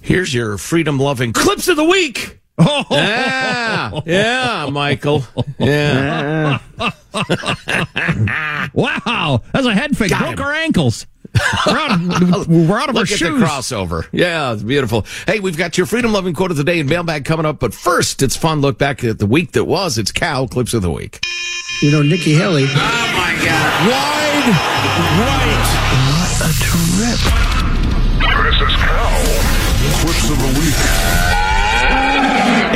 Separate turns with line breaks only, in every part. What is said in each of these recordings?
Here's your freedom loving clips of the week.
Oh,
Yeah, Ah, yeah, Michael. Yeah.
wow. That's a head fake.
Got
Broke
him.
our ankles. We're out of, we're out of our
Look at the
shoes.
crossover. Yeah, it's beautiful. Hey, we've got your freedom loving quote of the day and mailbag coming up. But first, it's fun look back at the week that was. It's Cow Clips of the Week.
You know, Nikki Haley.
Chris's Cow. Clips of the week.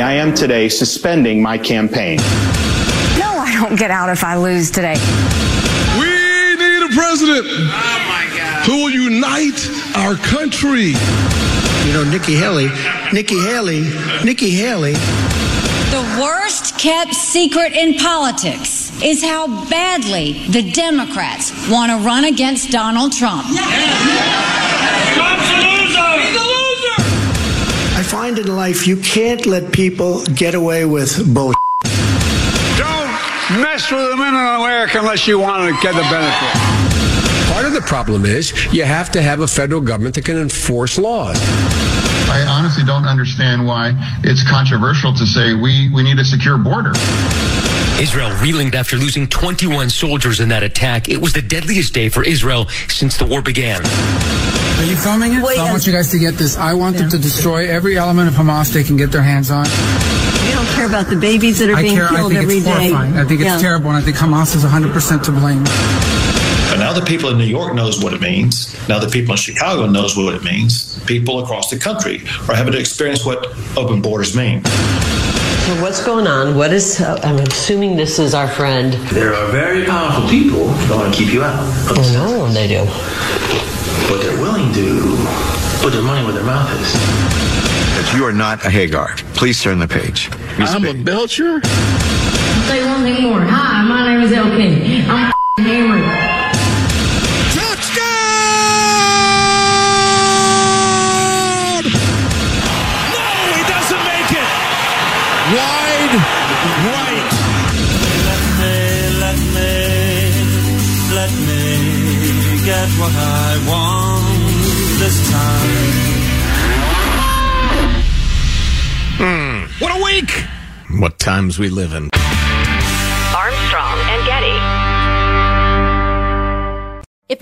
I am today suspending my campaign.
No, I don't get out if I lose today.
We need a president. Who will unite our country?
You know, Nikki Haley. Nikki Haley. Nikki Haley.
The worst kept secret in politics is how badly the Democrats want to run against Donald Trump.
Trump's a loser. He's a loser.
I find in life you can't let people get away with bull.
Don't mess with them in America unless you want to get the benefit.
Part of the problem is you have to have a federal government that can enforce laws.
I honestly don't understand why it's controversial to say we, we need a secure border.
Israel reeled after losing 21 soldiers in that attack. It was the deadliest day for Israel since the war began.
Are you filming it? I want you guys to get this. I want them to destroy every element of Hamas they can get their hands on.
We don't care about the babies that are
I care. I think it's horrifying. I think it's terrible, and I think Hamas is 100% to blame.
But now the people in New York knows what it means. Now the people in Chicago knows what it means. People across the country are having to experience what open borders mean.
So what's going on? What is? I'm assuming this is our friend.
There are very powerful people that want to keep you out.
Oh no, they do.
But they're willing to put their money where their mouth is.
If you are not a Hagar, please turn the page.
I'm a belcher.
Say one thing more. Hi, my name is LK. I'm hammered.
Touchdown! No, he doesn't make it. Wide right.
Let me, let me get what I want this time.
What a week! What times we live in.
Armstrong and Getty.
If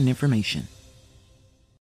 information.